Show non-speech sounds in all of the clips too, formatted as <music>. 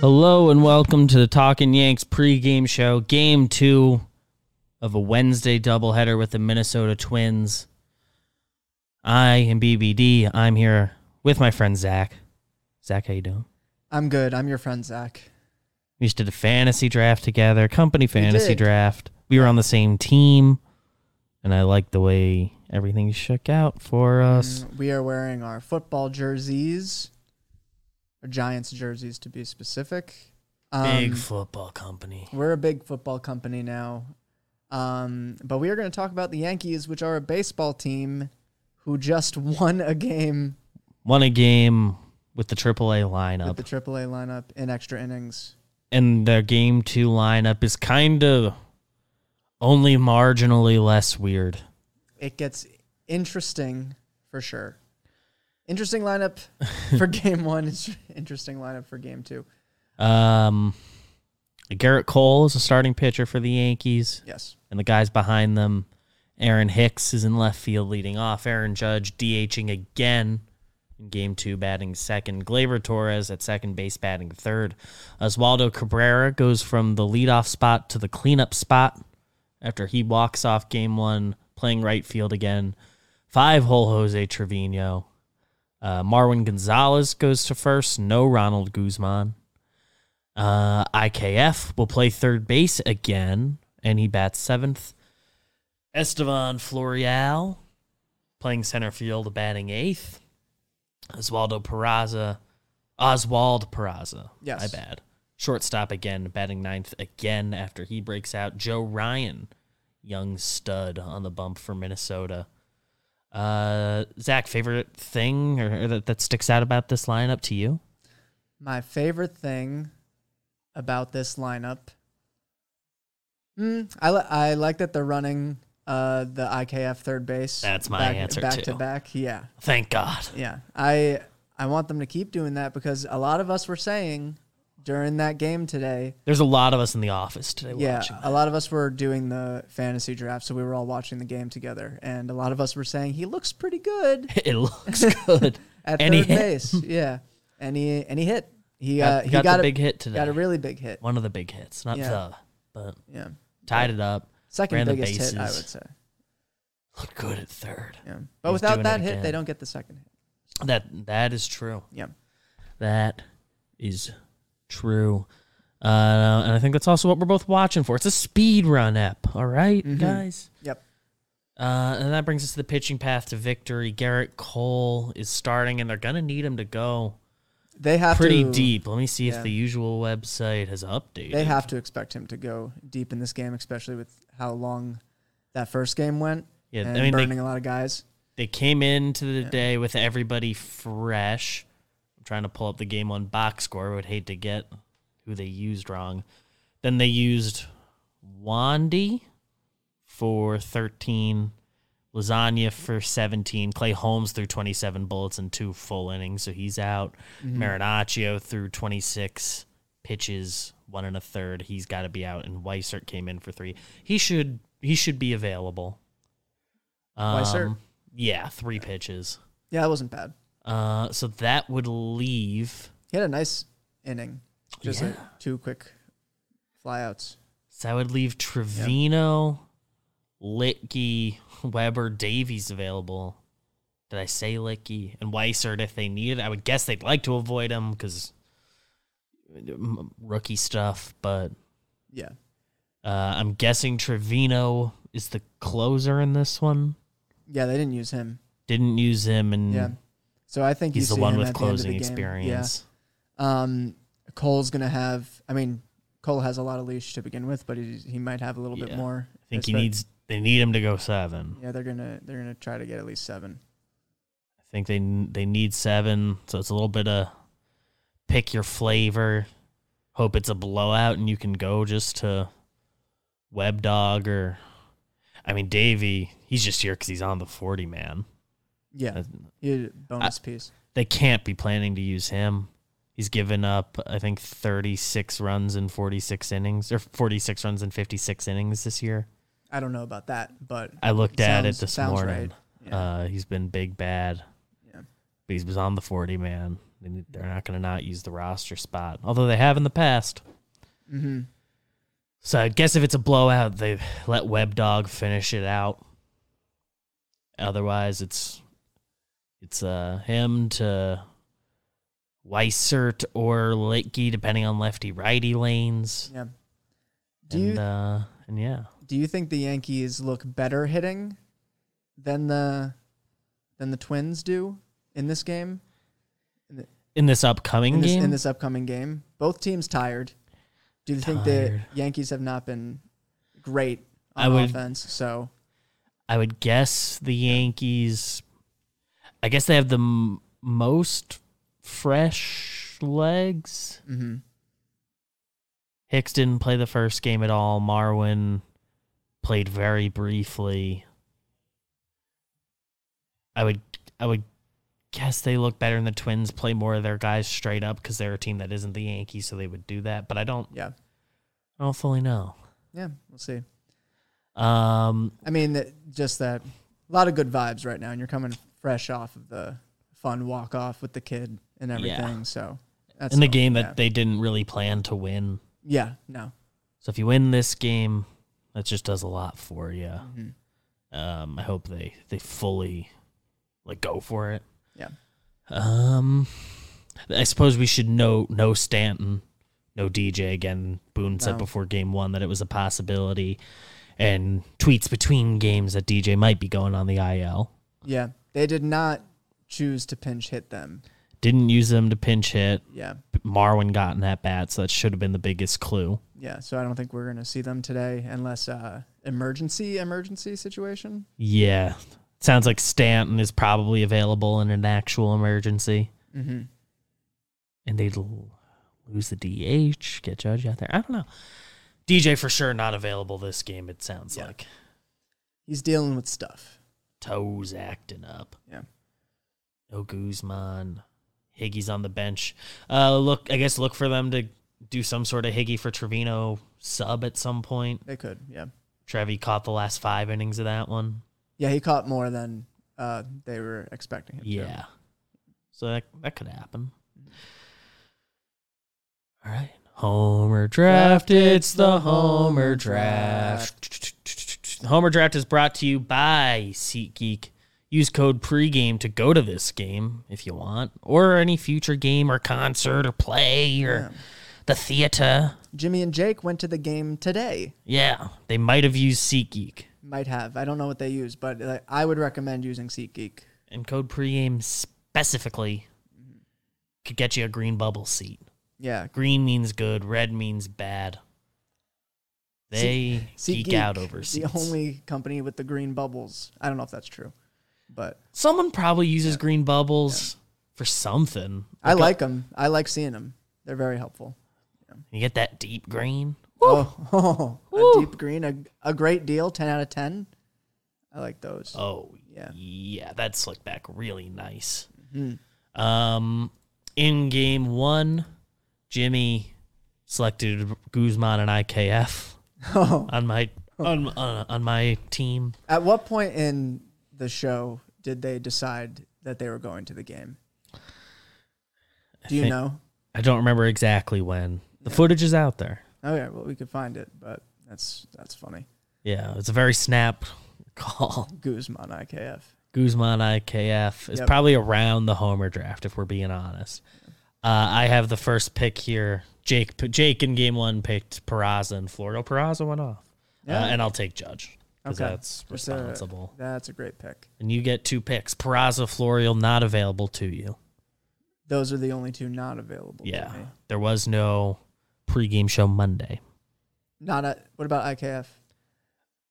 Hello and welcome to the Talking Yanks pregame show, game two of a Wednesday doubleheader with the Minnesota Twins. I am BBD. I'm here with my friend Zach. Zach, how you doing? I'm good. I'm your friend Zach. We just did a fantasy draft together, company fantasy did. draft. We were on the same team, and I like the way everything shook out for us. Mm, We are wearing our football jerseys, or Giants jerseys to be specific. Um, Big football company. we're a big football company now, um, but we are going to talk about the Yankees, which are a baseball team who just won a game Won a game with the AAA lineup. with the AAA lineup in extra innings. and their game two lineup is kind of only marginally less weird. It gets interesting for sure. Interesting lineup for game one. It's interesting lineup for game two. Um, Garrett Cole is a starting pitcher for the Yankees, Yes. and the guys behind them, Aaron Hicks is in left field leading off. Aaron Judge DHing again in game two, batting second. Glaber Torres at second base, batting third. Oswaldo Cabrera goes from the leadoff spot to the cleanup spot after he walks off game one, playing right field again. Five hole Jose Trevino. Uh, Marwin Gonzalez goes to first. No Ronald Guzman. Uh, IKF will play third base again, and he bats seventh. Estevan Florial playing center field, batting eighth. Oswaldo Peraza, Oswald Peraza. Yes. my bad. Shortstop again, batting ninth again after he breaks out. Joe Ryan, young stud on the bump for Minnesota. Uh, Zach, favorite thing or, or that, that sticks out about this lineup to you? My favorite thing about this lineup, mm, I li- I like that they're running uh, the IKF third base. That's my back, answer, back too. to back. Yeah, Thank God. yeah. I I want them to keep doing that because a lot of us were saying during that game today. There's a lot of us in the office today Yeah, watching. a lot of us were doing the fantasy draft, so we were all watching the game together, and a lot of us were saying he looks pretty good <laughs> It looks good. <laughs> at And he third hit. base. yeah, and he and he hit. He uh, got, he got got, the a big hit today. got a really big hit. One of the big hits, not Yeah. the, but Yeah. tied it up. Second Ran the biggest hit, I bases. would say. Looked good at third. Yeah. But He's doing without it that hit, they again. don't get the second hit. That that is true. Yeah. That is true. Uh, and I think that's also what we're both watching for. It's a speed run app. All right, Mhm. guys. Yep. Uh, and that brings us to the pitching path to victory. Garrett Cole is starting, and they're gonna need him to go They have pretty to, deep. Let me see if yeah. the usual website has updated. They have to expect him to go deep in this game, especially with how long that first game went Yeah, and I mean, they, burning a lot of guys. they came into the Yeah. day with everybody fresh. I'm trying to pull up the game one box score. I would hate to get who they used wrong. Then they used Wandy for 13, Lasagna for 17, Clay Holmes threw 27 bullets in two full innings, so he's out. Marinaccio threw 26 pitches, one and a third. He's got to be out. And Weissert came in for three. He should he should be available. Um, Weissert? yeah, three pitches. Yeah, that wasn't bad. Uh, so that would leave. He had a nice inning. Just like Yeah. two quick flyouts. So that would leave Trevino, Litke, Weber, Davies available. Did I say Litke and Weissert if they needed? I would guess they'd like to avoid him because rookie stuff, but Yeah. Uh, I'm guessing Trevino is the closer in this one. Yeah, they didn't use him. Didn't use him, and Yeah. So I think you Mm. he's the see one him with at the end of the closing game. experience. Yeah. Um, Cole's going to have, I mean, Cole has a lot of leash to begin with, but he, he might have a little Yeah. bit more. I think he Expect- needs. They need him to go seven. Yeah, they're gonna they're gonna try to get at least seven. I think they they need seven. So it's a little bit of pick your flavor. Hope it's a blowout, and you can go just to Web Dog or, I mean Davey. He's just here because he's on the forty man. Yeah, you bonus piece. they can't be planning to use him. He's given up, I think, 36 runs in 46 innings or 46 runs in 56 innings this year. I don't know about that, but I looked at it Sounds- this sounds morning. right. yeah. Uh, he's been big bad. Yeah. But he was on the 40 man. They're not going to not use the roster spot, although they have in the past. Mm-hmm. So I guess if it's a blowout, they let Webdog finish it out. Otherwise, it's it's uh him to Weissert or Litke, depending on lefty righty lanes. Yeah. Do and, you uh, and yeah, do you think the Yankees look better hitting than the than the Twins do in this game? in this upcoming in this, game, in this upcoming game. Both teams tired. Do you think the Tired. Yankees have not been great on I would- offense? So I would guess the Yankees. I guess they have the m- most fresh legs. mhm. Hicks didn't play the first game at all. Marwin played very briefly. I would I would guess they look better and the Twins play more of their guys straight up because they're a team that isn't the Yankees, so they would do that. But I don't yeah, I don't fully know. yeah, we'll see. Um, I mean, that just that a lot of good vibes right now, and you're coming fresh off of the fun walk off with the kid and everything. So that's in the all, game yeah. that they didn't really plan to win. yeah, no, So if you win this game, that just does a lot for you. Mhm. Um, I hope they they fully like go for it. Yeah. Um, I suppose we should note no Stanton, no DJ again. Boone said No. before game one that it was a possibility, and tweets between games that DJ might be going on the IL. yeah, they did not choose to pinch hit them. Didn't use them to pinch hit. Yeah, Marwin got in that bat, so that should have been the biggest clue. yeah. So I don't think we're gonna see them today unless uh, emergency emergency situation. Yeah. Sounds like Stanton is probably available in an actual emergency. Mm-hmm. And they'd l- lose the DH, get Judge out there. I don't know. DJ for sure not available this game, it sounds Yeah. like. He's dealing with stuff. Toes acting up. Yeah. No Guzman. Higgy's on the bench. Uh, look, I guess look for them to do some sort of Higgy for Trevino sub at some point. They could, yeah. Trevi caught the last five innings of that one. Yeah, he caught more than uh, they were expecting him to. Yeah. So that that could happen. All right. Homer draft. It's the Homer draft. The Homer draft is brought to you by SeatGeek. Use code pregame to go to this game if you want, or any future game or concert or play or the theater. Jimmy and Jake went to the game today. Yeah, they might have used SeatGeek. Might have. I don't know what they use, but uh, I would recommend using SeatGeek. And code pregame specifically could get you a green bubble seat. Yeah. Green means good, red means bad. They geek SeatGeek, out over seats. The only company with the green bubbles. I don't know if that's true, but Someone probably uses green bubbles for something. I like them. I like seeing them. They're very helpful. You get that deep green. Oh, <laughs> a Woo. deep green, a, a great deal, 10 out of 10. I like those. Oh Yeah. yeah, yeah, that slick back really nice. Mm-hmm. Um, in game one, Jimmy selected Guzman and IKF Oh. on my on on, on my team. At what point in the show did they decide that they were going to the game? Do you think- know? I don't remember exactly when. The footage is out there. Okay, well we could find it, but that's that's funny. Yeah, it's a very snap <laughs> call. Guzman IKF. Uh, Guzman IKF is Yep. probably around the Homer draft if we're being honest. Uh, I have the first pick here. Jake Jake in game one picked Peraza and Florida. Oh, Peraza went off, Yeah. uh, and I'll take Judge because Okay. that's That's a- responsible. That's a great pick. and you get two picks. Peraza, Florial not available to you. Those are the only two not available. to Yeah, me. there was no pregame show Monday. Not a, what about IKF?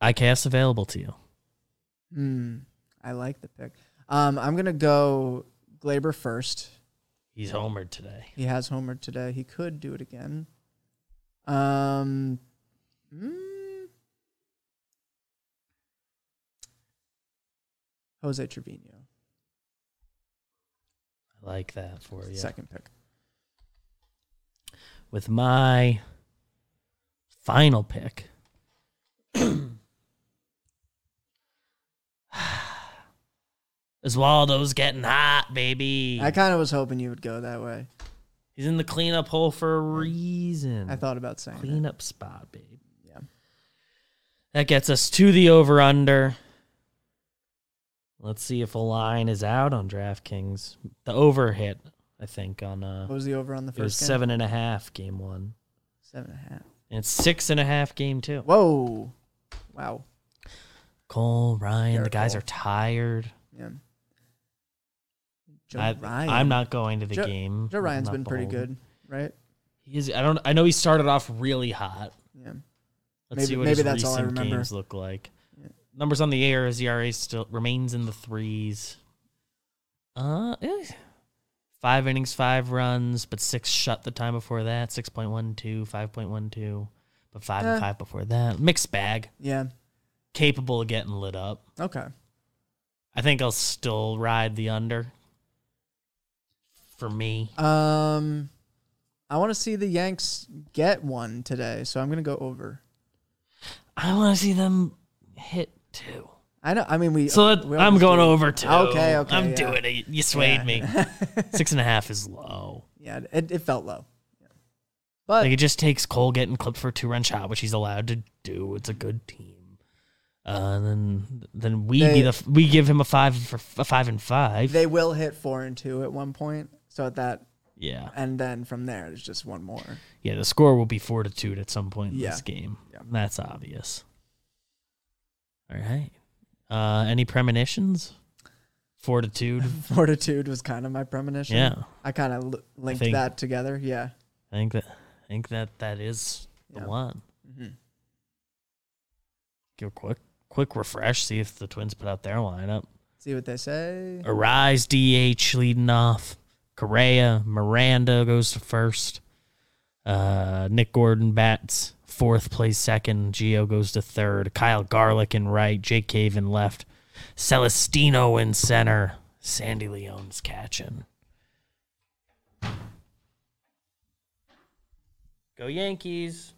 IKF's available to you. Hmm. I like the pick. Um, I'm gonna go Glaber first. He's homered today. He has homered today. He could do it again. Um, mm, Jose Trevino, I like that for you. second pick. with my final pick. <clears throat> Oswaldo's getting hot, baby. I kind of was hoping you would go that way. He's in the cleanup hole for a reason. I thought about saying that. cleanup spot, babe. Yeah. That gets us to the over under. Let's see if a line is out on DraftKings. The over hit, I think, on uh What was the over on the it was first game? seven and a half game one. Seven and a half. And it's six and a half game two. Whoa. Wow. Cole, Ryan, the guys Careful. are tired. Yeah. Joe I, Ryan. I'm not going to the Joe- game. Joe Ryan's I'm been not pretty bold. good, right? He is I don't I know he started off really hot. Yeah. Let's Maybe- see what maybe his that's all I recent remember. games look like. Yeah. Numbers on the air, his ERA still remains in the threes. Uh, eh. five innings, five runs, but six shut the time before that. 6.12, 5.12, but five Eh. and five before that. Mixed bag, Yeah. capable of getting lit up. Okay. I think I'll still ride the under. For me, Um, I want to see the Yanks get one today, so I'm gonna go over. I want to see them hit two. I know. I mean, we. So that, we I'm almost going did. over two. Okay, okay, I'm yeah. doing it. You swayed me. <laughs> Six and a half is low. Yeah, it, it felt low. Yeah. But Like it just takes Cole getting clipped for a two run shot, which he's allowed to do. It's a good team. Uh, and then then we They- be the we give him a five for a five and five. they will hit four and two at one point. So at that, yeah, and then from there, it's just one more. <laughs> yeah. The score will be fortitude at some point in Yeah. this game. Yeah. That's obvious. All right. Uh, any premonitions? <laughs> Fortitude. Fortitude was kind of my premonition. yeah, I kind of l- linked think- that together. Yeah. I think that I think that that is the Yeah. one. hmm Give a quick quick refresh. See if the Twins put out their lineup. See what they say. Arise DH leading off. Correa, Miranda goes to first. Uh, Nick Gordon bats fourth, plays second. Gio goes to third. Kyle Garlick in right. Jake Cave in left. Celestino in center. Sandy Leone's catching. Go Yankees.